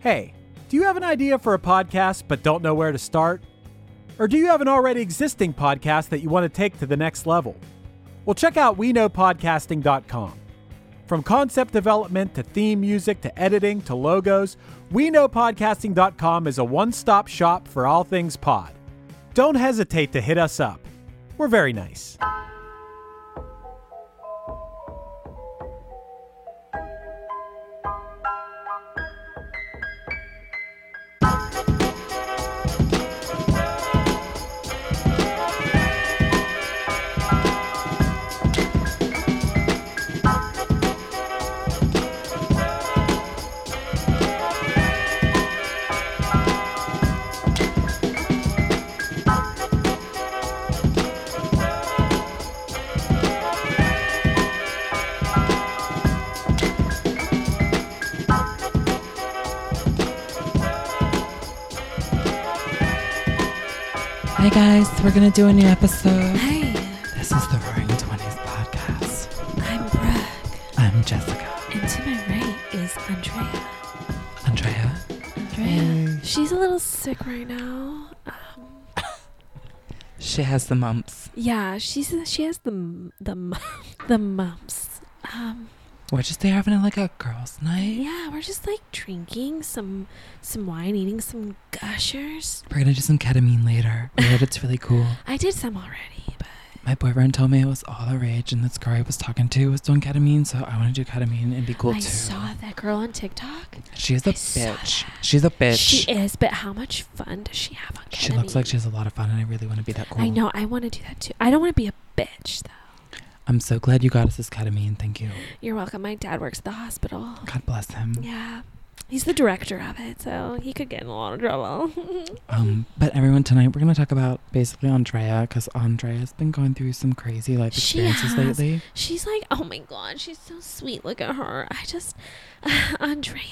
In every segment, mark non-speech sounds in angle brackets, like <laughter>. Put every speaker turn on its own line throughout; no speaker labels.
Hey, do you have an idea for a podcast but don't know where to start? Or do you have an already existing podcast that you want to take to the next level? Well, check out WeKnowPodcasting.com. From concept development to theme music to editing to logos, WeKnowPodcasting.com is a one stop shop for all things pod. Don't hesitate to hit us up. We're very nice.
Hey guys, we're gonna do a new episode.
Hey,
This is the Roaring Twenties podcast.
I'm Brooke,
I'm Jessica.
and to my right is Andrea.
Andrea.
Andrea, she's a little sick right now. Um,
She has the mumps.
yeah, she's she has the m- the m- <laughs> the mumps. Um,
We're just there having like a girls' night.
yeah, we're just like drinking some some wine, eating some gushers.
We're gonna do some ketamine later. We heard it's really cool.
I did some already, but
My boyfriend told me it was all the rage, and this girl I was talking to was doing ketamine, so I want to do ketamine and be cool
I
too.
saw that girl on TikTok.
She's a
I saw
bitch.
that.
She's a bitch.
She is, but how much fun does she have on ketamine?
She looks like she has a lot of fun, and I really want to be that cool.
I know. I want to do that too. I don't want to be a bitch though.
I'm so glad you got us this ketamine. Thank you.
You're welcome. My dad works at the hospital.
God bless him.
Yeah. He's the director of it, so he could get in a lot of trouble. <laughs>
Um, but everyone tonight we're gonna talk about basically Andrea because Andrea's been going through some crazy life
She
experiences
has.
lately.
she's like, oh my god, she's so sweet. Look at her. I just, <laughs> Andrea.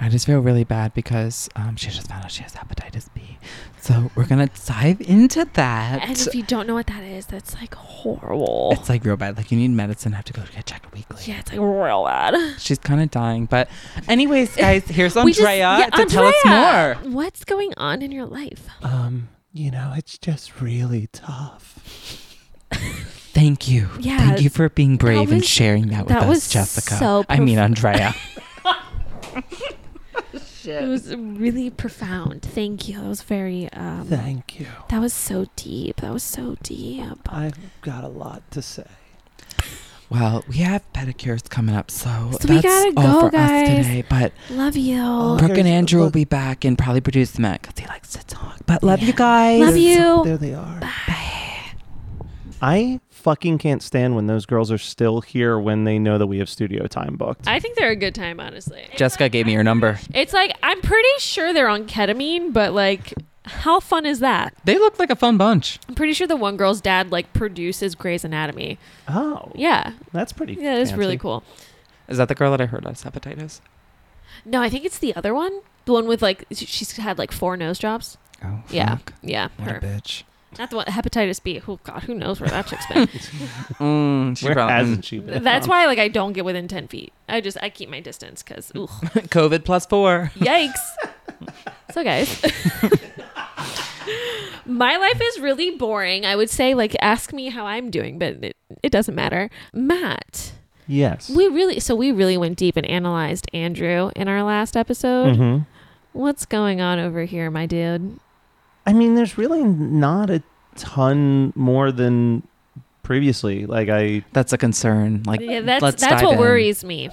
I just feel really bad because um, she just found out she has hepatitis B. So we're gonna dive into that.
And if you don't know what that is, that's like horrible.
it's like real bad. Like you need medicine. Have to go get checked weekly.
yeah, it's like real bad.
She's kind of dying. But anyways, guys, here's <laughs> Andrea
We just- yeah,
to tell us
Andrea!
more.
What's going on in your life?
Um, you know, it's just really tough.
Thank you.
Yeah,
Thank you for being brave and
was-
sharing that with
that
us,
was
Jessica.
so
I mean
prof- <laughs>
Andrea.
It was really profound. Thank you. That was very, um,
Thank you.
that was so deep. That was so deep.
I've got a lot to say.
Well, we have pedicures coming up, so,
So
that's
we gotta
all
go,
for
guys. Oh,
us today. But
Love you.
Brooke and
here's-
Andrew will
look.
be back and probably produce them because he likes to talk. But love you
Yeah.
guys.
Love you.
There they are. I fucking can't stand when those girls are still here when they know that we have studio time booked.
I think they're a good time, honestly.
Jessica gave me your number.
It's like I'm pretty sure they're on ketamine, but like how fun is that?
They look like a fun bunch.
I'm pretty sure the one girl's dad like produces Grey's Anatomy.
oh,
Yeah.
that's pretty.
Yeah, it's really
fancy.
cool.
Is that the girl that I heard has hepatitis?
No, I think it's the other one. The one with like sh- she's had like four nose drops.
Oh,
Yeah.
fuck.
Yeah.
What
Her.
a bitch.
Not the one hepatitis B. Oh god, who knows where that chick's
<laughs>
been.
Mm, she
Where
probably-
hasn't she been?
That's why like I don't get within ten feet. I just I keep my distance
<laughs>
because
COVID plus four.
Yikes. so, guys, <laughs> my life is really boring. I would say, like, ask me how I'm doing, but it, it doesn't matter. Matt,
Yes.
we really, so we really went deep and analyzed Andrew in our last episode.
Mhm.
What's going on over here, my dude?
I mean, there's really not a ton more than previously. Like I,
That's a concern. Like,
Yeah, that's
let's
that's
dive
what
in.
worries me.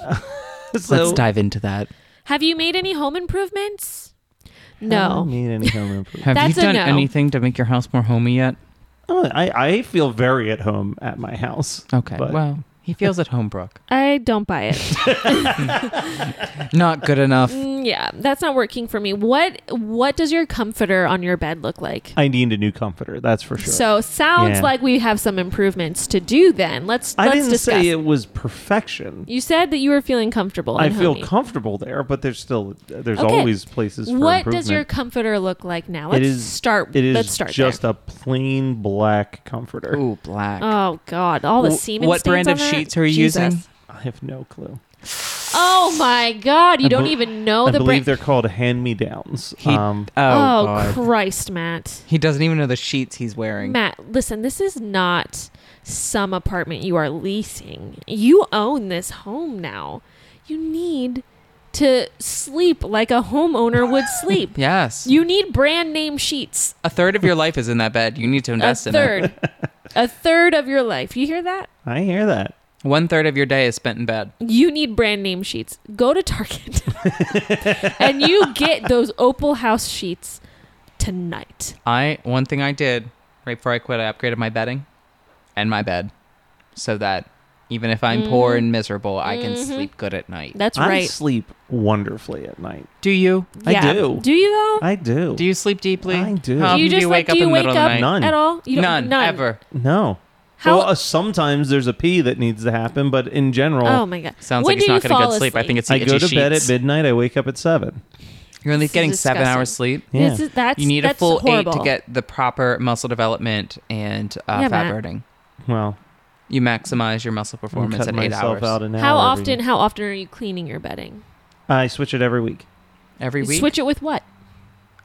Let's
<laughs> so,
dive into that.
Have you made any home improvements?
I
No.
don't need any home improvement.
Have
That's a
you done
no.
anything to make your house more homey yet?
<laughs> Oh, I, I feel very at home at my house.
Okay.
But-
well, he feels at home, Brooke.
I don't buy
<laughs>
it.
<laughs> Not good enough.
Mm, yeah, that's not working for me. What what does your comforter on your bed look like?
I need a new comforter. That's for sure.
So sounds
Yeah.
like we have some improvements to do then. Let's
I
let's
didn't
discuss.
say it was perfection.
you said that you were feeling comfortable.
I
and
feel
homey.
comfortable there, but there's still there's
Okay.
always places for
What
improvement.
does your comforter look like now?
It
Let's
is-
start
It is
let's start
just
there.
a plain black comforter.
Ooh, black.
Oh God! All the
Wh-
semen.
what
stains
brand
on
of
that?
sheets are you
Jesus.
using?
I have no clue.
Oh my God! You
I
don't
bel-
even know
I
Oh, the
believe
brand.
they're called hand me downs.
He,
Um,
oh,
oh
God.
Christ, Matt!
he doesn't even know the sheets he's wearing.
Matt, listen. This is not some apartment you are leasing. You own this home now. You need to sleep like a homeowner
<laughs>
would sleep.
Yes.
You need brand name sheets.
a third of your life is in that bed. You need to
A
invest in it.
third. a third of your life. You hear that?
I hear that.
One third of your day is spent in bed.
You need brand name sheets. Go to
<laughs>
Target and you get those Opal House sheets tonight.
I one thing I did right before I quit, I upgraded my bedding and my bed, so that even if I'm poor
Mm.
and miserable, I
Mm-hmm.
can sleep good at night.
That's
I
right.
sleep wonderfully at night.
Do you?
Yeah.
I do.
Do you though?
I do.
Do you sleep deeply?
I do.
How
do
often
you just
do you wake
like do
up in
you
the
wake
middle of
up
the night?
None.
at all? You don't-
none, ever.
No.
How-
well, uh, sometimes there's a pee that needs to happen, but in general,
Oh my god.
Sounds
When
like it's
do
not going to
you fall
good sleep. I
asleep?
think it's the
I go to
itchy
bed at
sheets.
midnight. I wake up at seven.
You're only
This is
getting seven
disgusting.
hours sleep.
Yeah.
This is- that's,
you need a
that's
full
horrible.
eight to get the proper muscle development and uh,
Yeah,
fat
Matt.
burning.
Well,
You maximize your muscle
I'm
performance
cutting
at eight hours
myself out an hour.
How
every-
often? How often are you cleaning your bedding?
I switch it every week.
every
You
week.
switch it with what?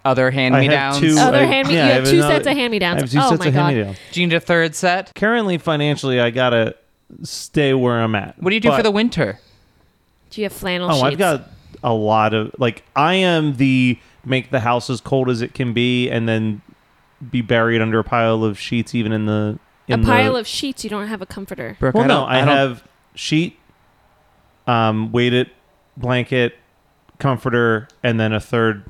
Other hand me downs.
I have two.
Other
I,
hand me-
yeah,
you
I
have two
another-
sets of hand-me-downs.
I have two
Oh
sets
my
of
God.
hand-me-downs.
Do you need a third set?
Currently, financially, I gotta stay where I'm at.
What do you do for
But-
the winter?
Do you have flannel
Oh,
sheets?
I've got a lot of like I am the make the house as cold as it can be, and then be buried under a pile of sheets, even in the
a
in
pile
the,
of sheets. You don't have a comforter.
Brooke,
Well,
I
no,
don't-
I,
don't-
have sheet, um, weighted blanket, comforter, and then a third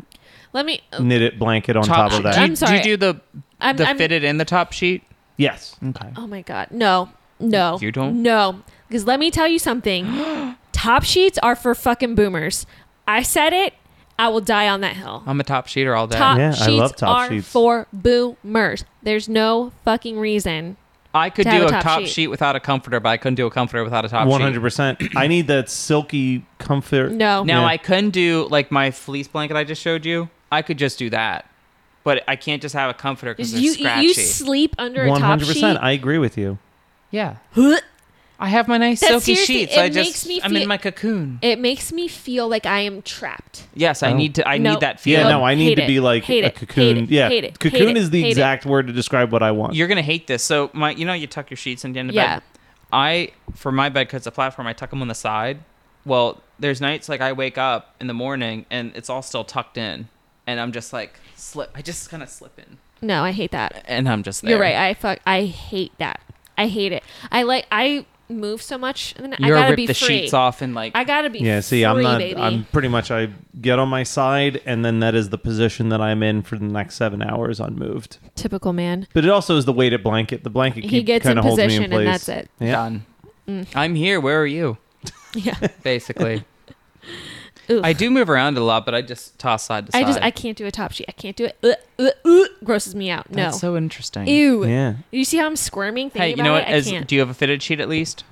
Let me.
knitted blanket on
Oh. top,
top of
Do you,
that.
I'm sorry.
Do you do the
I'm,
the
I'm,
fitted in the top sheet?
Yes,
Okay.
Oh my god. No. No.
You don't?
No. Because let me tell
<gasps>
you something. Top sheets are for fucking boomers. I said it. I will die on that hill.
I'm a top sheeter all day.
Top
Yeah, I
sheets
love top
are
sheets.
for boomers. There's no fucking reason.
I could
to
do
have
a
a
top,
top sheet.
sheet without a comforter, but I couldn't do a comforter without a top
one hundred
sheet.
percent. I need that silky comfort.
No.
Now
Yeah.
I couldn't do like my fleece blanket I just showed you. I could just do that, but I can't just have a comforter because they're
You
scratchy.
you sleep under a
one
top
hundred percent.
sheet.
I agree with you.
yeah. I have my nice
That
silky
seriously-
sheets.
it
I just
makes me
I'm
feel-
in my cocoon.
It makes me feel like I am trapped.
Yes, I
Oh.
need to. I
No.
need that
Yeah,
feeling.
no, I
Hate
need to
it.
be like
Hate
a
it. Hate
cocoon.
it.
yeah,
Hate it.
cocoon
Hate it.
is the
Hate it.
exact word to describe what I want.
You're gonna hate this. So my, you know, you tuck your sheets in the end of
Yeah.
bed. I for my bed because it's a platform. I tuck them on the side. Well, there's nights like I wake up in the morning and it's all still tucked in, and I'm just like slip. I just kind of slip in,
No, I hate that.
and I'm just there.
You're right. I fuck. I hate that. I hate it. I like. I move so much, and then I
You're
gotta
rip
be
the
free.
sheets off and like.
I gotta be.
Yeah, see, I'm
free,
not.
Baby.
I'm pretty much. I get on my side, and then that is the position that I'm in for the next seven hours, unmoved.
typical man. <laughs>
But it also is the weighted blanket. The blanket
He
keep
gets in
kind of holds me in
position,
place.
and that's it.
Yeah.
done.
Mm.
I'm here. Where are you?
<laughs>
Yeah.
Basically,
<laughs> Oof.
I do move around a lot, but I just toss side to side.
I just I can't do a top sheet. I can't do it. Ugh, ugh, ugh, grosses me out. No.
That's so interesting.
Ew.
Yeah.
You see how I'm squirming? Thinking
Hey, you know
about
what?
it?
As,
I can't.
do you have a fitted sheet at least?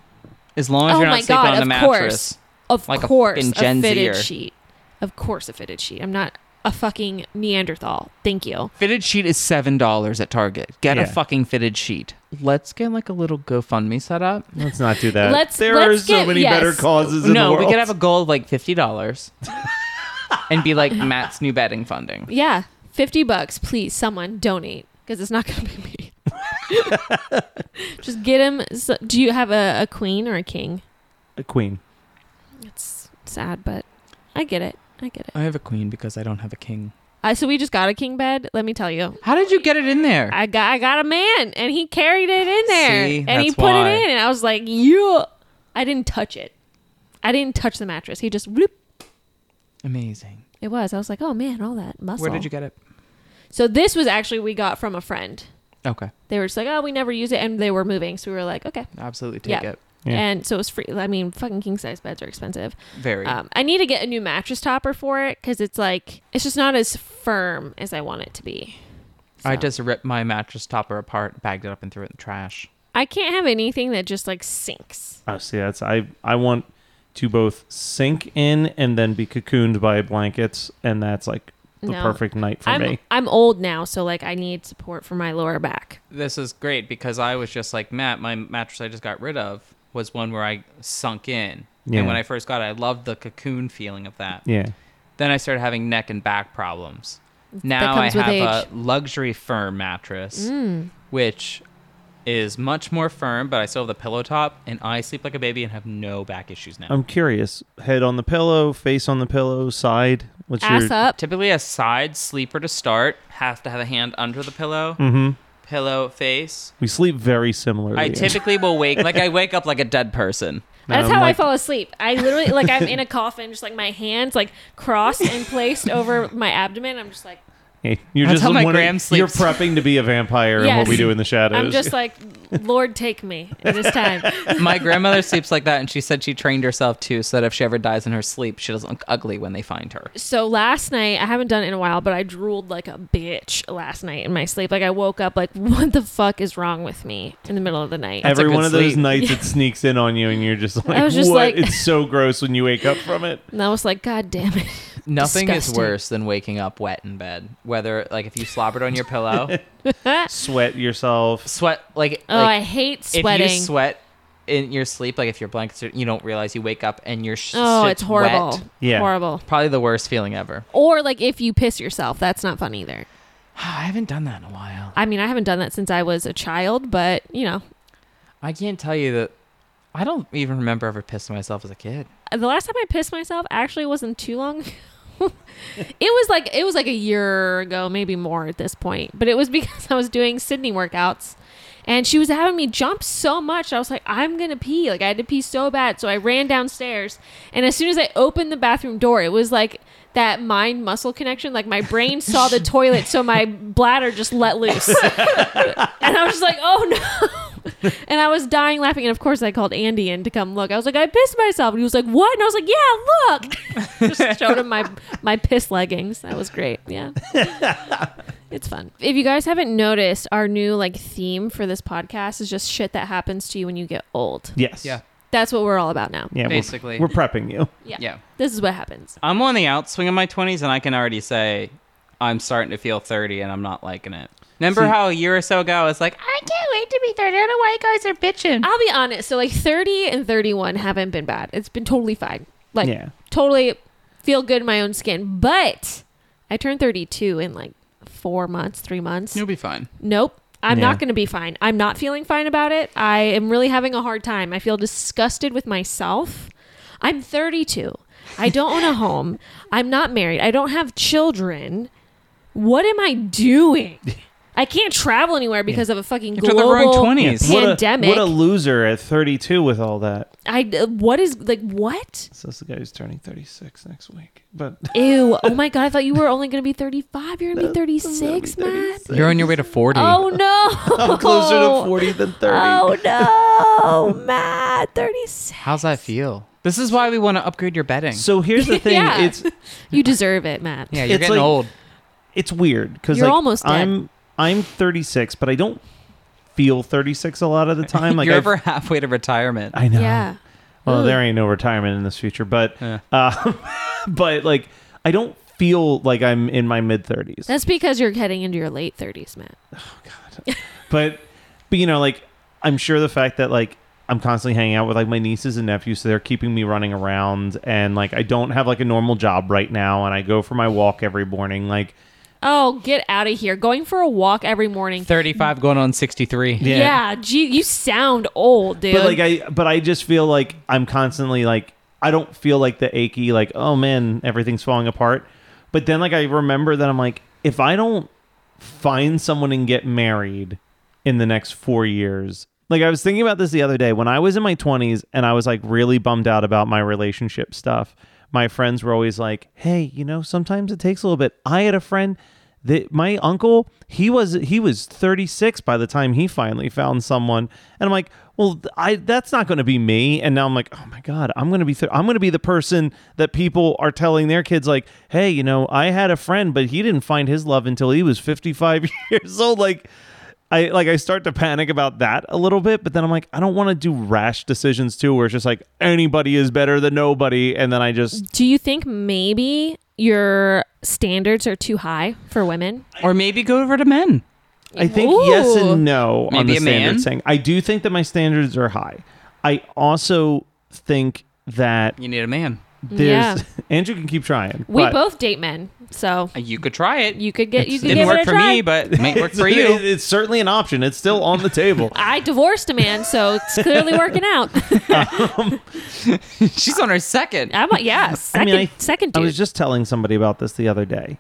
As long as
oh
you're
my
not sleeping
god!
on the
of
mattress.
course. Of
like a
course.
fucking
A,
Gen
fitted
Zer.
sheet. Of course, a fitted sheet. I'm not a fucking Neanderthal. Thank you.
Fitted sheet is seven dollars at Target. Get
Yeah.
a fucking fitted sheet. Let's get like a little GoFundMe set up.
Let's not do that.
Let's-
there
let's
are so
get-
many
yes.
better causes in the
No,
world.
we could have a goal of like fifty <laughs> dollars, and be like Matt's new betting funding.
Yeah, fifty bucks, please. Someone donate because it's not <laughs> gonna be me. Just get him. So, do you have a, a queen or a king?
a queen.
It's sad, but I get it. I get it.
I have a queen because I don't have a king.
Uh, so we just got a king bed. Let me tell you,
How did you get it in there?
I got I got a man, and he carried it in there,
See,
and he
that's
put
why.
it in, and I was like, yeah. I didn't touch it. I didn't touch the mattress. He just whoop.
Amazing.
It was. I was like, oh man, all that muscle.
Where did you get it?
So this was actually we got from a friend.
Okay,
They were just like, oh, we never use it, and they were moving, so we were like, okay.
absolutely take
Yeah.
it.
Yeah.
And so it was free. I mean, fucking king size beds are expensive.
Very.
Um, I need to get a new mattress topper for it because it's like it's just not as firm as I want it to be.
I
so-
just ripped my mattress topper apart, bagged it up, and threw it in the trash.
I can't have anything that just like sinks.
Oh, see, that's I. I want to both sink in and then be cocooned by blankets, and that's like the
No.
perfect night for
I'm
me.
I'm old now, so like I need support for my lower back.
This is great because I was just like Matt. My mattress I just got rid of was one where I sunk in,
Yeah.
and when I first got it, I loved the cocoon feeling of that.
Yeah,
Then I started having neck and back problems. Now I
comes with
have a
age. Mm.
luxury firm mattress, which is much more firm, but I still have the pillow top, and I sleep like a baby and have no back issues now.
I'm curious. Head on the pillow, face on the pillow, side. What's
Ass
your
up.
Typically, a side sleeper to start has to have a hand under the pillow,
Mm-hmm.
pillow face.
We sleep very similarly.
I typically will wake like I wake up like a dead person.
That's
I'm
how
like-
I fall asleep. I literally like I'm in a coffin, just like my hands like crossed and placed over my abdomen. I'm just like
Hey, <laughs> you're
That's
just
how my
one of-
gram
You're
sleeps.
prepping to be a vampire and what
Yes.
we do in the shadows.
I'm just like Lord, take me at this
<laughs>
time.
My grandmother sleeps like that, and she said she trained herself too, so that if she ever dies in her sleep, she doesn't look ugly when they find her.
So last night, I haven't done it in a while, but I drooled like a bitch last night in my sleep. Like I woke up like, <laughs> what the fuck is wrong with me in the middle of the night?
every
a good
one of those
sleep.
<laughs>
nights it sneaks in on you and you're just like,
I was just
what?
like-
it's so gross when you wake up from it.
And I was like, God damn it.
Nothing is
Disgusting.
worse than waking up wet in bed. Whether like if you slobbered on your
<laughs>
pillow,
Sweat yourself.
sweat like
Oh, I
like,
hate
if
sweating.
you sweat in your sleep, like if your blankets, are, you don't realize you wake up and your sh-
oh,
shit's
it's horrible.
wet.
Yeah.
Horrible.
Probably the worst feeling ever. <sighs>
Or like if you piss yourself, that's not fun either.
I haven't done that in a while.
I mean, I haven't done that since I was a child, but you know,
I can't tell you that. I don't even remember ever pissing myself as a kid.
the last time I pissed myself actually wasn't too long. <laughs> ago. it was like it was like a year ago, maybe more at this point. But it was because I was doing Sydney workouts, and she was having me jump so much. I was like, I'm gonna pee. Like I had to pee so bad, so I ran downstairs. And as soon as I opened the bathroom door, it was like that mind muscle connection. Like my brain saw the toilet, so my bladder just let loose, and I was just like, oh no. And I was dying laughing. And of course, I called Andy in to come look. I was like, I pissed myself. And he was like, What? And I was like, Yeah, look. Just showed him my, my piss leggings. That was great. Yeah. it's fun. If you guys haven't noticed, our new like theme for this podcast is just shit that happens to you when you get old.
Yes.
Yeah.
That's what we're all about now.
Yeah. we're-
Basically.
We're, prepping you.
Yeah.
Yeah.
This is what happens.
I'm on the outswing of my 20s, and I can already say I'm starting to feel 30, and I'm not liking it. Remember
See-
how a year or so ago I was like, I can't wait to be 30. I don't know why you guys are bitching.
I'll be honest. So, like, 30 and 31 haven't been bad. It's been totally fine. Like,
Yeah.
totally feel good in my own skin. But I turned 32 in like four months, three months.
You'll be fine.
Nope. I'm
Yeah.
not going to be fine. I'm not feeling fine about it. I am really having a hard time. I feel disgusted with myself. I'm 32. I don't own a home. I'm not married. I don't have children. What am I doing? I can't travel anywhere because of a fucking
Enter the
global
wrong 20s.
What a-
pandemic.
What a, loser at 32 with all that.
I uh, what is like what?
So that's the guy who's turning 36 next week. But <laughs>
Ew. Oh my god, I thought you were only going to be 35. You're going to be 36, Matt.
You're on your way to 40.
Oh no.
I'm <laughs> closer to 40 than 30.
Oh no, Matt, 36.
How's that feel? This is why we want to upgrade your bedding.
So here's the thing.
<laughs> Yeah.
It's
You deserve it, Matt.
yeah, you're
it's
getting
like-
old.
it's weird because
You're
like,
almost dead.
I'm I'm 36, but I don't feel 36 a lot
<laughs>
of the time. Like
you're
I've-
over halfway to retirement. <laughs>
I know.
Yeah.
Well, there ain't no retirement in this future, but
Yeah.
uh, <laughs> but like I don't feel like I'm in my mid 30s.
That's because you're heading into your late 30s, Matt.
but but you know like i'm sure the fact that like i'm constantly hanging out with like my nieces and nephews so they're keeping me running around and like i don't have like a normal job right now and i go for my walk every morning like
Oh, get out of here. Going for a walk every morning.
35 going on 63.
yeah. gee, you sound old, dude.
but like i but i just feel like i'm constantly like I don't feel like the achy, like, oh man, everything's falling apart. But then, like, I remember that I'm like, if I don't find someone and get married in the next four years, like, I was thinking about this the other day when I was in my 20s and I was like really bummed out about my relationship stuff. My friends were always like, hey, you know, sometimes it takes a little bit. I had a friend that my uncle he was he was 36 by the time he finally found someone and i'm like well i that's not going to be me and now i'm like oh my god i'm going to be th- i'm going to be the person that people are telling their kids like hey you know i had a friend but he didn't find his love until he was 55 <laughs> years old like I like I start to panic about that a little bit, but then I'm like, I don't want to do rash decisions too, where it's just like anybody is better than nobody, and then I just
Do you think maybe your standards are too high for women?
Or maybe go over to men.
I think yes
Ooh.
and no on
Maybe
the
a man?
standards thing. I do think that my standards are high. I also think that
You need a man.
there's
Yeah.
<laughs> Andrew can keep trying.
We
but-
both date men, so
Uh, You could try it.
you could get you could
didn't
give it
work
a
for
try.
me, but it might work
<laughs>
for
It-
you.
it's certainly an option. It's still on
<laughs>
the table.
I divorced a man, so it's clearly working out. <laughs>
She's on her second.
I'm like, yeah, second, second
I
dude.
was just telling somebody about this the other day,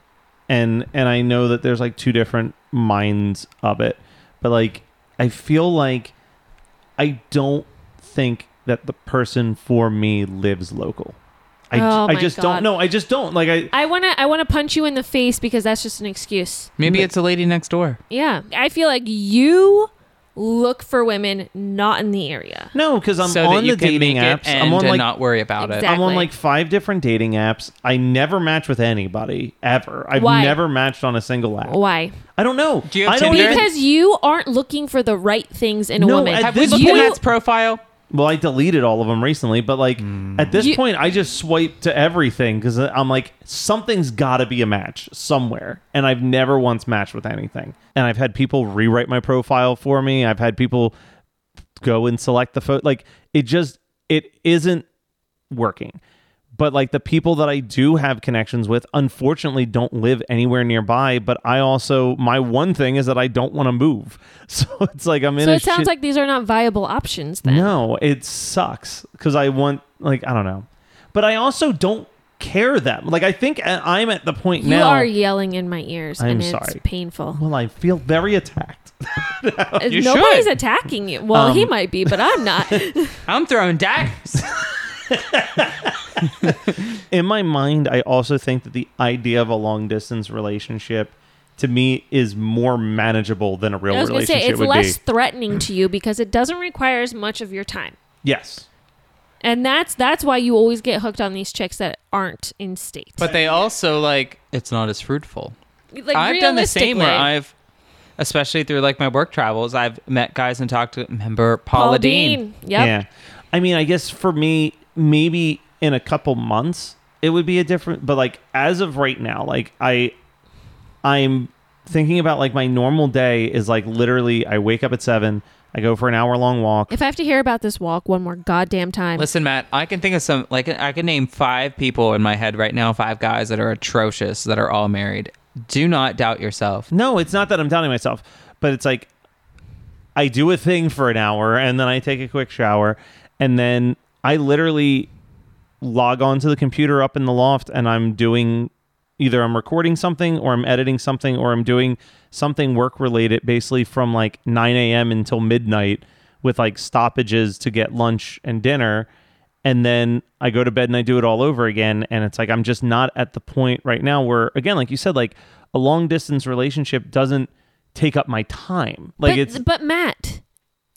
and and I know that there's like two different minds of it, but like I feel like I don't think that the person for me lives local. I,
Oh
I
my
just
God.
don't know. I just don't like I.
I wanna I wanna punch you in the face because that's just an excuse.
Maybe it's a lady next door.
Yeah, I feel like you look for women not in the area.
No, because I'm
so
on
that you
the
can
dating
make
apps.
it and
I'm on
to
like
not worry about it.
Exactly.
I'm on like five different dating apps. I never match with anybody ever. I've
Why?
never matched on a single app.
Why?
I don't know.
Do you have
I don't
Tinder?
even-
Because you aren't looking for the right things in a
No,
woman.
at
Have we
this
looked
point-
at Matt's profile?
well, I deleted all of them recently, but like at this
You-
point, I just swipe to everything because I'm like something's got to be a match somewhere, and I've never once matched with anything. And I've had people rewrite my profile for me. I've had people go and select the photo. Like it just it isn't working. But like the people that I do have connections with, unfortunately, don't live anywhere nearby. But I also my one thing is that I don't want to move, <laughs> so it's like I'm in.
so
a
it sounds
shit-
like these are not viable options then.
no, it sucks because I want like I don't know, but I also don't care that. Like I think I- I'm at the point
You
now.
are yelling in my ears,
I'm
and it's
sorry.
painful.
well, I feel very attacked. <laughs>
You
Nobody's
should.
attacking you. Well, he
Um,
might be, but I'm
<laughs>
not.
I'm throwing daggers.
In my mind, I also think that the idea of a long distance relationship to me is more manageable than a real
I was going to
relationship
say it's
would
less
be.
threatening to you because it doesn't require as much of your time.
Yes.
And that's that's why you always get hooked on these chicks that aren't in state.
but they also like it's not as fruitful.
like,
I've done the same where
realistically,
I've, especially through like my work travels, I've met guys and talked to. Remember Paula,
Paula
Dean?
Dean. Yep.
Yeah. I mean, I guess for me, maybe in a couple months it would be a different but like as of right now, like I I'm thinking about like my normal day is like literally I wake up at seven, I go for an hour long walk.
If I have to hear about this walk one more goddamn time,
Listen, Matt, I can think of some like I can name five people in my head right now, five guys that are atrocious that are all married. Do not doubt yourself.
No, it's not that I'm doubting myself, but it's like I do a thing for an hour and then I take a quick shower and then I literally log on to the computer up in the loft and I'm doing either I'm recording something or I'm editing something or I'm doing something work related basically from like 9 a.m. until midnight with like stoppages to get lunch and dinner. And then I go to bed and I do it all over again. And it's like I'm just not at the point right now where, again, like you said, like a long distance relationship doesn't take up my time. Like
but,
it's
but Matt,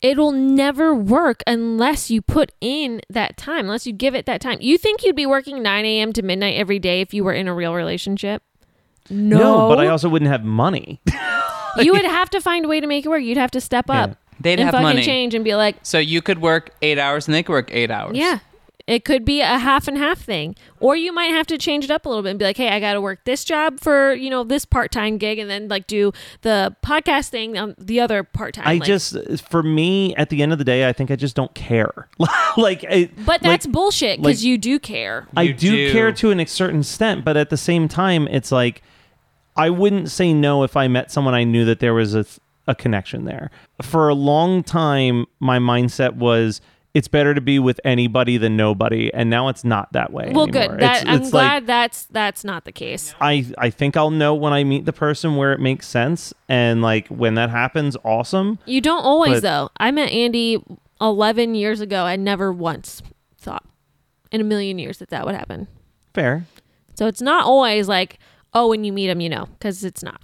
it'll never work unless you put in that time, unless you give it that time. You think you'd be working 9 a.m. to midnight every day if you were in a real relationship? No,
no, but I also wouldn't have money.
you would have to find a way to make it work. You'd have to step up.
They'd
and
have
fucking
money.
change and be like,
So you could work eight hours and they could work eight hours.
yeah, it could be a half and half thing, or you might have to change it up a little bit and be like, hey, I got to work this job for you know this part time gig, and then like do the podcast thing on the other part time.
I just, for me, at the end of the day, I think I just don't care. <laughs> like, I,
but that's bullshit because
like-
you do care.
I
You
do,
do.
care to an ex- certain extent, but at the same time, it's like I wouldn't say no if I met someone I knew that there was a, th- a connection there. For a long time, my mindset was it's better to be with anybody than nobody. And now it's not that way.
Well,
anymore.
good. That,
It's-
I'm
it's like-
glad that's that's not the case.
I I think I'll know when I meet the person where it makes sense, and like when that happens, awesome.
You don't always
But-
though. I met Andy 11 years ago. I never once thought in a million years that that would happen.
Fair,
So it's not always like, oh, when you meet him, you know, because it's not.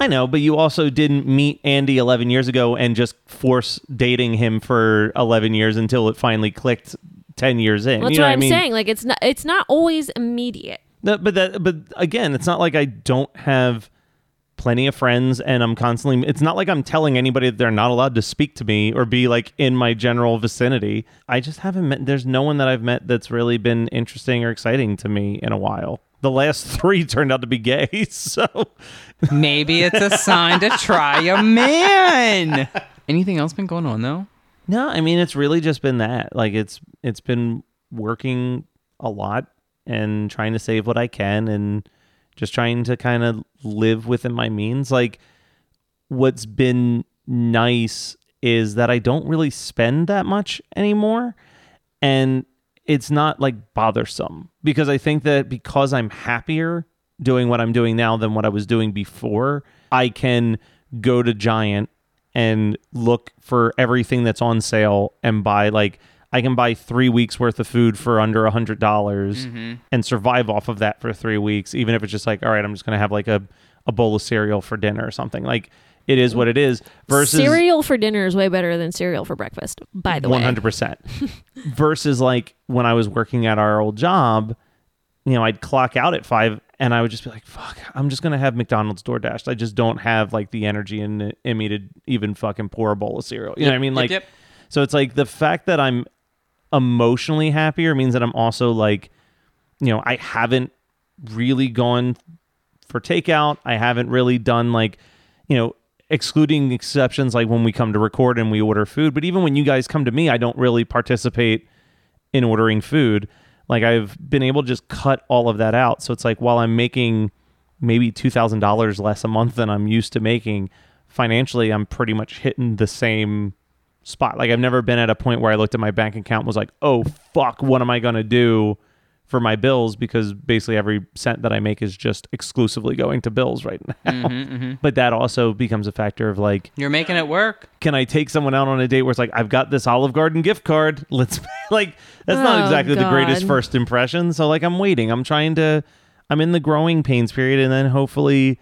I know, but you also didn't meet Andy 11 years ago and just force dating him for 11 years until it finally clicked 10 years in.
Well, that's
you know
what
I
I'm
mean?
saying. Like it's not it's not always immediate.
That- but that, but again, it's not like I don't have plenty of friends and I'm constantly it's not like I'm telling anybody that they're not allowed to speak to me or be like in my general vicinity. I just haven't met there's no one that I've met that's really been interesting or exciting to me in a while. The last <laughs> 3 turned out to be gay, <laughs> so
<laughs> Maybe it's a sign to try a
<laughs>
man. Anything else been going on though?
No, I mean it's really just been that. Like it's it's been working a lot and trying to save what I can and just trying to kind of live within my means. Like what's been nice is that I don't really spend that much anymore and it's not like bothersome because I think that because I'm happier doing what I'm doing now than what I was doing before, I can go to Giant and look for everything that's on sale and buy like I can buy three weeks worth of food for under a hundred dollars and survive off of that for three weeks, even if it's just like, all right, I'm just gonna have like a, a bowl of cereal for dinner or something. Like it is what it is. Versus
cereal for dinner is way better than cereal for breakfast. By the
one
way,
hundred percent. <laughs> Versus like when I was working at our old job, you know, I'd clock out at five, and I would just be like, "Fuck, I'm just gonna have McDonald's DoorDash." I just don't have like the energy in, in me to even fucking pour a bowl of cereal. You know what I mean?
yep,
Like,
yep.
so it's like the fact that I'm emotionally happier means that I'm also like, you know, I haven't really gone for takeout. I haven't really done like, you know, excluding exceptions like when we come to record and we order food. But even when you guys come to me, I don't really participate in ordering food. Like I've been able to just cut all of that out. So it's like while I'm making maybe two thousand dollars less a month than I'm used to making, financially I'm pretty much hitting the same spot. Like I've never been at a point where I looked at my bank account and was like, oh fuck, what am I gonna do for my bills? Because basically every cent that I make is just exclusively going to bills right now.
Mm-hmm,
<laughs> But that also becomes a factor of like,
You're making it work.
can I take someone out on a date where it's like, I've got this Olive Garden gift card. <laughs> Let's like that's
Oh,
not exactly the greatest
God.
first impression. So like I'm waiting. I'm trying to I'm in the growing pains period and then hopefully,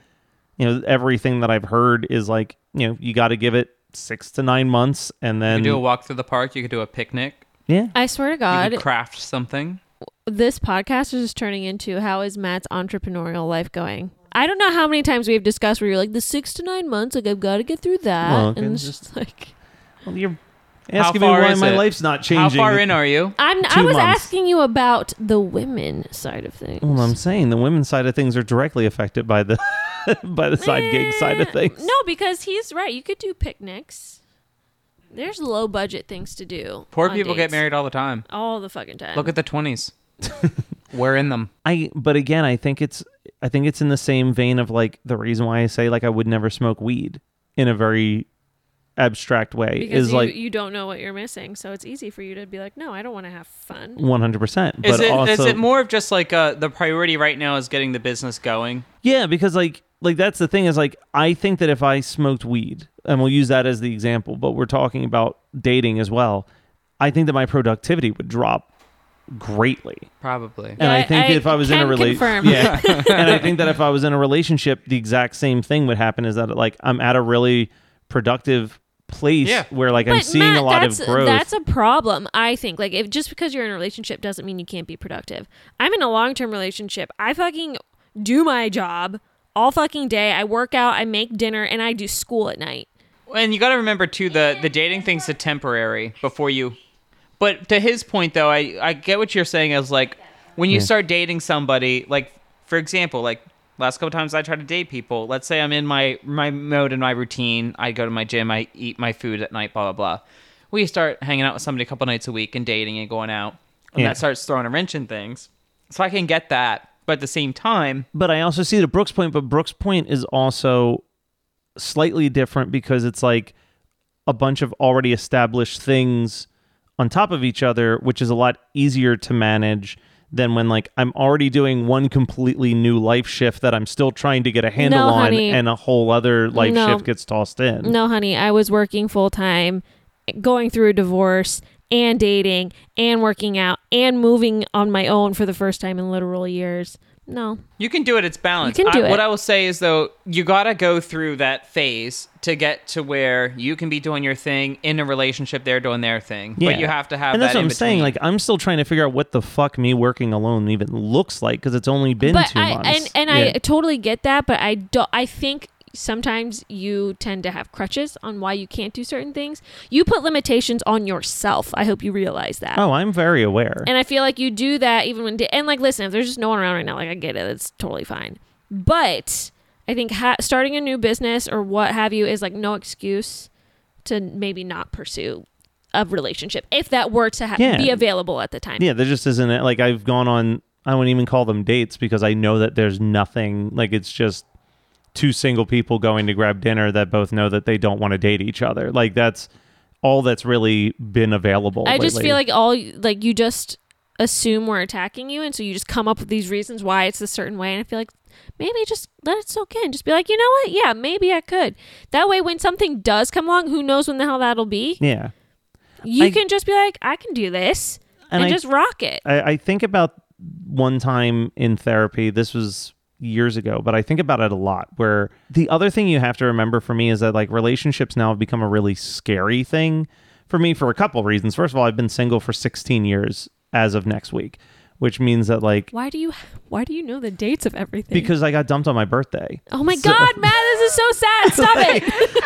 you know, everything that I've heard is like, you know, you gotta give it six to nine months and
You
then
could do a walk through the park. You could do a picnic.
Yeah.
I swear to
You
God,
could craft something.
this podcast is just turning into how is Matt's entrepreneurial life going? I don't know how many times we've discussed where you're like the six to nine months, like I've got to get through that,
Well, okay,
and it's just like
Well, you're
How
asking me
far
why
is
my
it?
life's not changing.
How far in are you?
I'm. I
Two
was
months.
asking you about the women side of things.
well, I'm saying the women's side of things are directly affected by the <laughs> by the side gig side of things.
No, because he's right. You could do picnics. There's low budget things to do.
Poor
on
people get
dates
married all the time.
all the fucking time.
Look at the
<laughs>
20s. We're in them.
I but again, I think it's I think it's in the same vein of like the reason why I say like I would never smoke weed in a very abstract way
because
is
you,
like
you don't know what you're missing, so it's easy for you to be like, no, I don't want to have fun.
one hundred percent.
Is
But
it,
also,
is it more of just like uh, the priority right now is getting the business going?
yeah, because like like that's the thing is like I think that if I smoked weed and we'll use that as the example, but we're talking about dating as well. I think that my productivity would drop greatly.
Probably.
And
Yeah,
I think
I
if I was in a
can
relationship,
confirm.
yeah, and I think that if I was in a relationship, the exact same thing would happen. Is that like I'm at a really productive place
Yeah.
where like I'm
But,
seeing
Matt,
a lot of
that's,
growth.
That's a problem, I think. Like, if just because you're in a relationship doesn't mean you can't be productive. I'm in a long term relationship. I fucking do my job all fucking day. I work out, I make dinner, and I do school at night.
And you got to remember too the the dating thing's a temporary before you. But to his point though, I I get what you're saying is like when you start dating somebody, like for example, like last couple times I try to date people. Let's say I'm in my my mode and my routine. I go to my gym, I eat my food at night, blah blah blah. We start hanging out with somebody a couple nights a week and dating and going out, and
Yeah.
that starts throwing a wrench in things. So I can get that, but at the same time,
but I also see the Brooks point, but Brooks point is also slightly different because it's like a bunch of already established things on top of each other, which is a lot easier to manage than when like I'm already doing one completely new life shift that I'm still trying to get a handle
No,
on
honey.
and a whole other life
No.
shift gets tossed in.
No, honey, I was working full time, going through a divorce and dating and working out and moving on my own for the first time in literal years. No.
You can do it. It's balanced.
You can do
I-
it.
What I will say is though, you gotta go through that phase to get to where you can be doing your thing in a relationship. They're doing their thing, but you have to have.
And that's
that
what I'm
in
saying.
between.
Like I'm still trying to figure out what the fuck me working alone even looks like because it's only been
But
two
I
months.
and and
Yeah.
I totally get that, but I don't I think sometimes you tend to have crutches on why you can't do certain things. You put limitations on yourself. I hope you realize that.
oh, I'm very aware.
And I feel like you do that even when, and like, listen, if there's just no one around right now, like, I get it. It's totally fine. But I think ha- starting a new business or what have you is like no excuse to maybe not pursue a relationship if that were to ha-
Yeah.
be available at the time.
yeah, there just isn't like I've gone on. I wouldn't even call them dates because I know that there's nothing like it's just two single people going to grab dinner that both know that they don't want to date each other. Like that's all that's really been available.
I just
lately.
feel like all, like, you just assume we're attacking you. And so you just come up with these reasons why it's a certain way. And I feel like maybe just let it soak in. Just be like, you know what? Yeah, maybe I could. That way, when something does come along, who knows when the hell that'll be?
yeah.
You
I-
can just be like, I can do this
And
and,
I-
just rock it.
I, I think about one time in therapy. This was years ago, but I think about it a lot. Where the other thing you have to remember for me is that like relationships now have become a really scary thing for me for a couple of reasons. First of all, I've been single for 16 years as of next week, which means that like
why do you why do you know the dates of everything?
because I got dumped on my birthday.
Oh my
So-
god, Matt, this is so
<laughs>
sad. Stop it.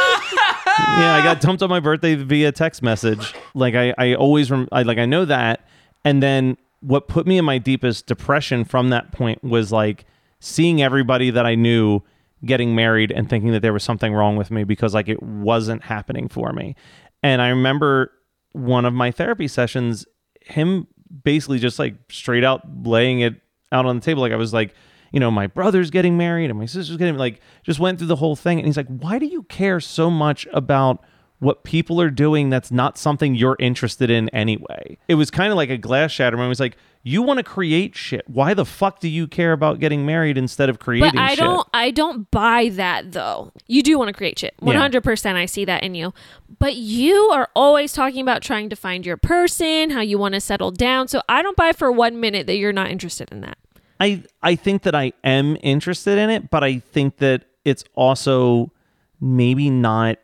yeah, I got dumped on my birthday via text message. Like I, I always, rem- I like I know that. And then what put me in my deepest depression from that point was like seeing everybody that I knew getting married and thinking that there was something wrong with me because like it wasn't happening for me. And I remember one of my therapy sessions, him basically just like straight out laying it out on the table. Like I was like, you know, my brother's getting married and my sister's getting like just went through the whole thing. And he's like, why do you care so much about what people are doing that's not something you're interested in anyway? It was kind of like a glass shatter when it was like, you want to create shit. Why the fuck do you care about getting married instead of creating
But I
shit?
don't I don't buy that though. You do want to create shit. 100% I see that in you. But you are always talking about trying to find your person, how you want to settle down. So I don't buy for 1 minute that you're not interested in that.
I I think that I am interested in it, but I think that it's also maybe not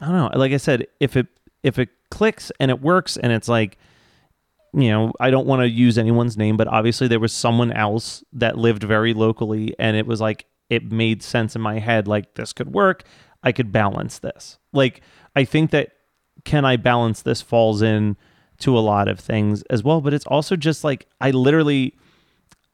I don't know. Like I said, if it if it clicks and it works and it's like you know, I don't want to use anyone's name, but obviously there was someone else that lived very locally and it was like it made sense in my head like this could work. I could balance this. Like I think that can I balance this falls in to a lot of things as well, but it's also just like I literally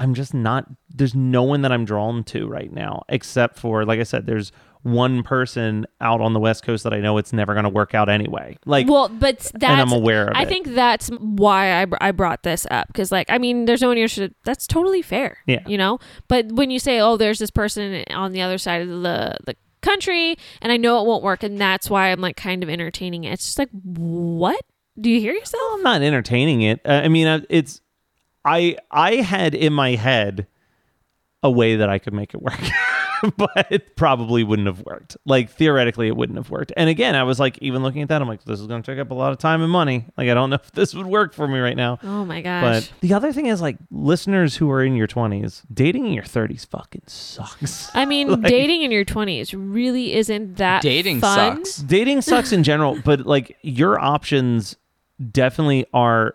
I'm just not there's no one that I'm drawn to right now except for like I said there's one person out on the west coast that I know it's never going to work out anyway. Like
Well, but that's
I'm aware of
I
it.
think that's why I, br- I brought this up because, like, I mean, there's no one here should. That's totally fair.
Yeah.
you know. But when you say, "Oh, there's this person on the other side of the the country," and I know it won't work, and that's why I'm like kind of entertaining it. It's just like, what? Do you hear yourself?
I'm not entertaining it. Uh, I mean uh, it's I I had in my head a way that I could make it work. <laughs> but it probably wouldn't have worked. Like theoretically it wouldn't have worked. And again, I was like even looking at that I'm like this is going to take up a lot of time and money. Like I don't know <laughs> if this would work for me right now.
Oh my gosh.
But the other thing is like listeners who are in your 20s, dating in your 30s fucking sucks.
I
<laughs>
mean, dating in your 20s really isn't
uh,
that
dating
fun.
sucks.
dating sucks
<laughs>
in general, but like your options definitely are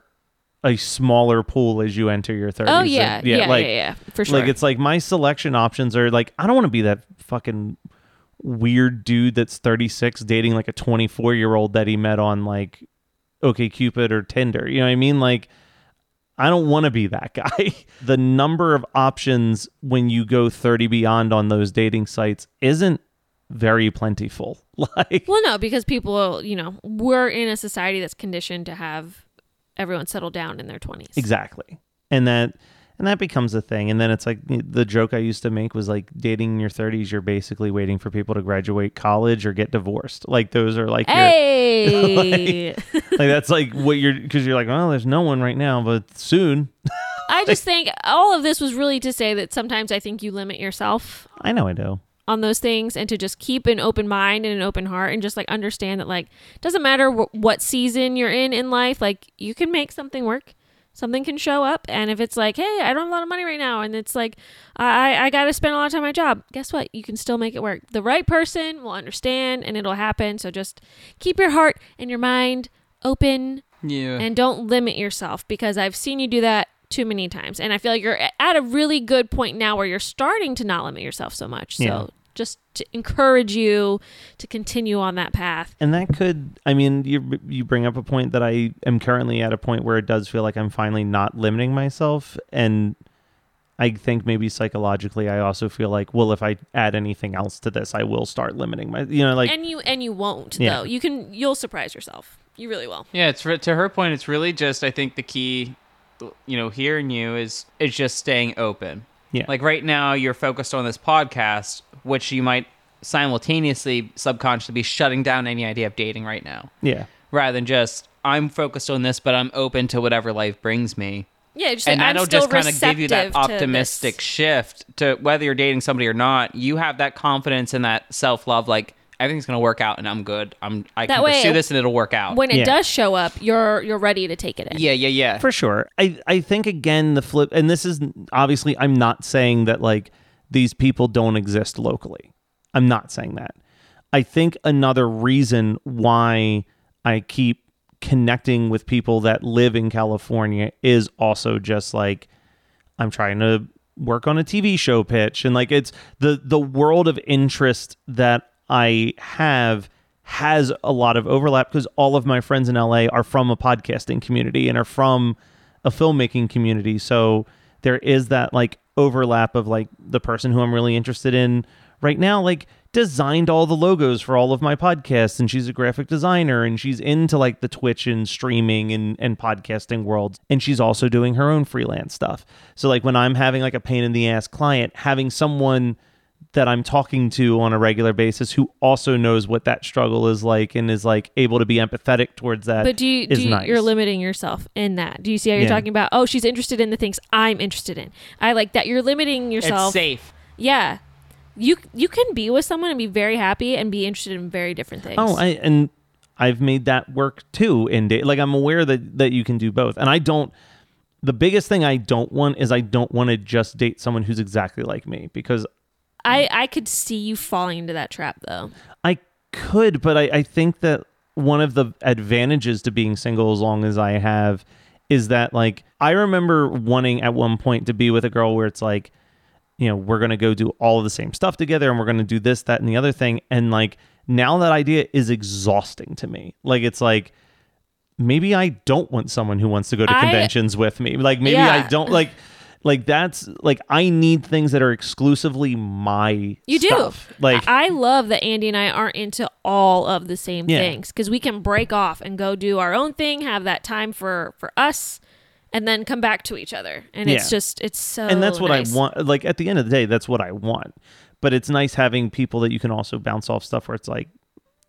a smaller pool as you enter your 30s.
Oh yeah,
Like,
yeah, yeah,
like,
yeah, for sure.
Like it's like my selection options are like I don't want to be that fucking weird dude that's 36 dating like a 24 year old that he met on like OK Cupid or Tinder. You know what I mean? Like I don't want to be that <laughs> guy. the number of options when you go 30 beyond on those dating sites isn't very plentiful. <laughs> Like
Well, no, because people, you know, we're in a society that's conditioned to have everyone settle down in their 20s.
Exactly. And that and that becomes a thing and then it's like the joke i used to make was like dating in your 30s you're basically waiting for people to graduate college or get divorced like those are like
<laughs>
your-
Hey,
<laughs> like that's like what you're because you're like well there's no one right now but soon
I just think all of this was really to say that sometimes I think you limit yourself
i know i do
on those things and to just keep an open mind and an open heart and just like understand that like doesn't matter wh- what season you're in in life like you can make something work something can show up and if it's like hey i don't have a lot of money right now and it's like i i gotta spend a lot of time on my job guess what you can still make it work the right person will understand and it'll happen so just keep your heart and your mind open
Yeah.
<laughs> and don't limit yourself because I've seen you do that too many times. And I feel like you're at a really good point now where you're starting to not limit yourself so much. So
Yeah.
just to encourage you to continue on that path.
and that could i mean you you bring up a point that i am currently at a point where it does feel like i'm finally not limiting myself and i think maybe psychologically i also feel like well if i add anything else to this i will start limiting my you know like
and you and you won't
Yeah.
though. You can you'll surprise yourself. You really will.
Yeah, it's re- to her point. It's really just I think the key, you know, hearing you is is just staying open.
Yeah.
Like right now, you're focused on this podcast, which you might simultaneously subconsciously be shutting down any idea of dating right now,
yeah
rather than just I'm focused on this, but I'm open to whatever life brings me.
Yeah, just
and
like,
that'll
I'm still
just kind of give you that
receptive to this.
optimistic shift to whether you're dating somebody or not. You have that confidence and that self love, like everything's gonna work out, and I'm good. I'm I
That
can
way-
pursue this, and it'll work out.
When it
Yeah.
does show up, you're you're ready to take it in.
yeah, yeah, yeah.
for sure i i think again the flip and this is obviously i'm not saying that like these people don't exist locally i'm not saying that i think another reason why i keep connecting with people that live in california is also just like i'm trying to work on a tv show pitch and like it's the the world of interest that i have has a lot of overlap because all of my friends in LA are from a podcasting community and are from a filmmaking community. So there is that like overlap of like the person who I'm really interested in right now, like designed all the logos for all of my podcasts and she's a graphic designer and she's into like the Twitch and streaming and, and podcasting worlds and she's also doing her own freelance stuff. So like when I'm having like a pain in the ass client, having someone that I'm talking to on a regular basis who also knows what that struggle is like and is like able to be empathetic towards that
But do you,
is
do you
nice.
you're limiting yourself in that? Do you see how you're
Yeah.
talking about? Oh, she's interested in the things I'm interested in. I like that you're limiting
It's
yourself.
safe.
Yeah. You you can be with someone and be very happy and be interested in very different things.
Oh, I and I've made that work too in date. Like I'm aware that that you can do both, and I don't. The biggest thing I don't want is I don't want to just date someone who's exactly like me because
I I could see you falling into that trap though.
I could, but I, I think that one of the advantages to being single as long as I have is that like I remember wanting at one point to be with a girl where it's like, you know, we're gonna go do all of the same stuff together and we're gonna do this, that, and the other thing. And like now that idea is exhausting to me. Like it's like maybe I don't want someone who wants to go to
I-
conventions with me. Like maybe
Yeah.
I don't like like that's like I need things that are exclusively my
You do.
stuff. Like
I, I love that Andy and I aren't into all of the same
Yeah.
things because we can break off and go do our own thing, have that time for for us, and then come back to each other. And it's
Yeah.
just it's so
and that's what
Oh, nice.
I want. Like at the end of the day, that's what I want. But it's nice having people that you can also bounce off stuff where it's like,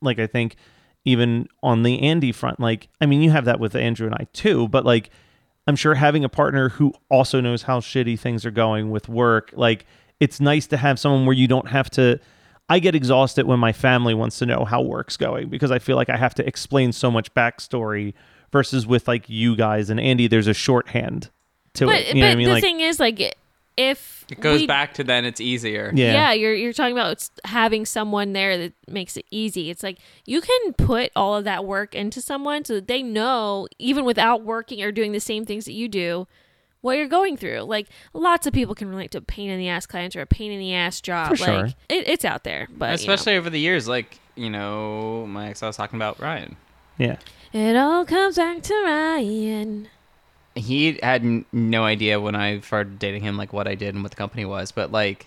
like I think even on the Andy front, like I mean, you have that with Andrew and I too. But like, I'm sure having a partner who also knows how shitty things are going with work, like it's nice to have someone where you don't have to. I get exhausted when my family wants to know how work's going because I feel like I have to explain so much backstory versus with like you guys and Andy, there's a shorthand to
But
it.
but
You know what I mean?
the
like,
thing is like if
It goes
we
back to then it's easier.
yeah. you're you're talking about s- having someone there that makes it easy it's like you can put all of that work into someone so that they know even without working or doing the same things that you do what you're going through like lots of people can relate to a pain in the ass clients or a pain in the ass job
For sure.
like it, it's out there but
Especially over the years, like, you know, my ex I was talking about Ryan.
Yeah.
you know, it all comes back to ryan
He had n- no idea when I started dating him, like what I did and what the company was. But like,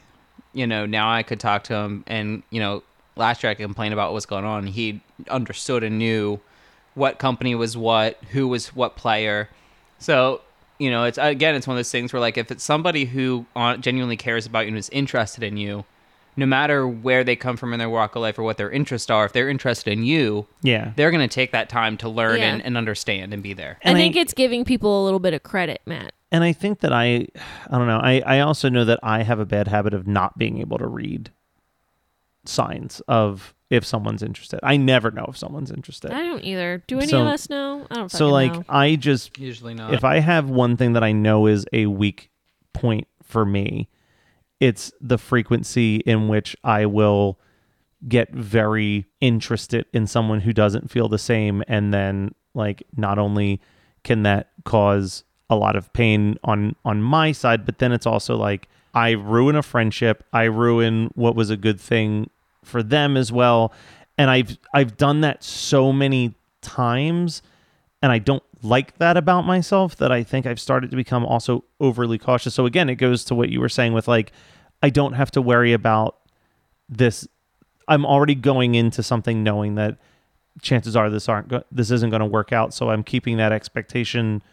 you know, now I could talk to him and, you know, last year I complained about what was going on. He understood and knew what company was what, who was what player. So you know, it's again, it's one of those things where like if it's somebody who uh, genuinely cares about you and is interested in you, no matter where they come from in their walk of life or what their interests are, if they're interested in you,
Yeah.
they're going to take that time to learn
Yeah.
and, and understand and be there.
I
And
think
I-
it's giving people a little bit of credit, Matt.
and I think that I, I don't know. I, I also know that I have a bad habit of not being able to read signs of if someone's interested. I never know if someone's interested.
I don't either. Do any
So-
of us know? I don't.
so
fucking
like
know.
I just
Usually not.
if I have one thing that I know is a weak point for me, it's the frequency in which I will get very interested in someone who doesn't feel the same. And then, like, not only can that cause a lot of pain on on my side, but then it's also like I ruin a friendship. I ruin what was a good thing for them as well. And I've I've done that so many times and I don't like that about myself that I think I've started to become also overly cautious. So again, it goes to what you were saying with like I don't have to worry about this I'm already going into something knowing that chances are this aren't go- this isn't going to work out, so I'm keeping that expectation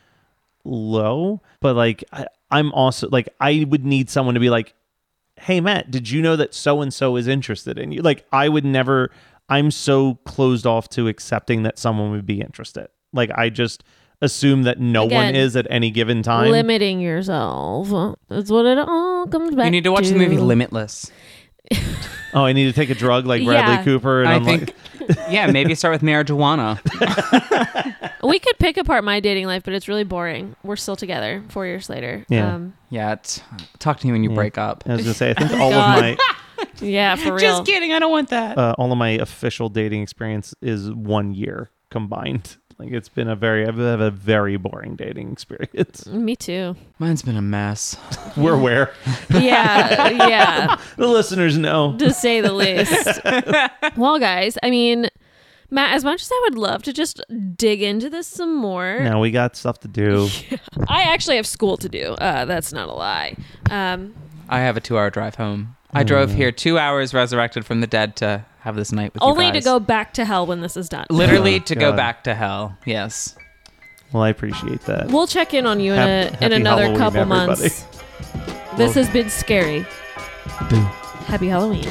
low, but like I, I'm also like I would need someone to be like hey Matt, did you know that so and so is interested in you? Like I would never I'm so closed off to accepting that someone would be interested. Like I just assume that no one
Again,
is at any given time.
limiting yourself. That's what it all comes back.
you need to watch the movie Limitless.
Oh, I need to take a drug like
<laughs>
Bradley
Yeah.
Cooper and
I
I'm
think,
like
yeah, maybe start with marijuana.
We could pick apart my dating life, but it's really boring. We're still together four years later. Um,
Yeah.
Yeah, it's, talk to me when you break up.
I was going to say
<laughs>
I think all
God.
of my
yeah, for real.
Just kidding, I don't want that.
uh, all of my official dating experience is 1 year combined. <laughs> Like it's been a very I've had a very boring dating experience. <laughs>
Me too.
Mine's been a mess.
We're aware.
Yeah, yeah,
The listeners know.
to say the
<laughs>
least. well, guys, I mean, Matt, as much as I would love to just dig into this some more,
Now we got stuff
<laughs>
to do.
I actually have school to do. Uh, that's not a lie. Um,
I have a two-hour drive home.
Oh,
I drove here two hours, resurrected from the dead, to have this night with you
only to
guys.
go back to hell when this is done.
literally
Oh,
to go
God.
back to hell. Yes.
Well, I appreciate that.
We'll check in on you in,
Hap-
a, in
happy
another
Halloween,
couple
everybody.
months. This has been scary. Happy Halloween.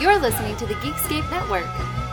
You're listening to the Geekscape Network.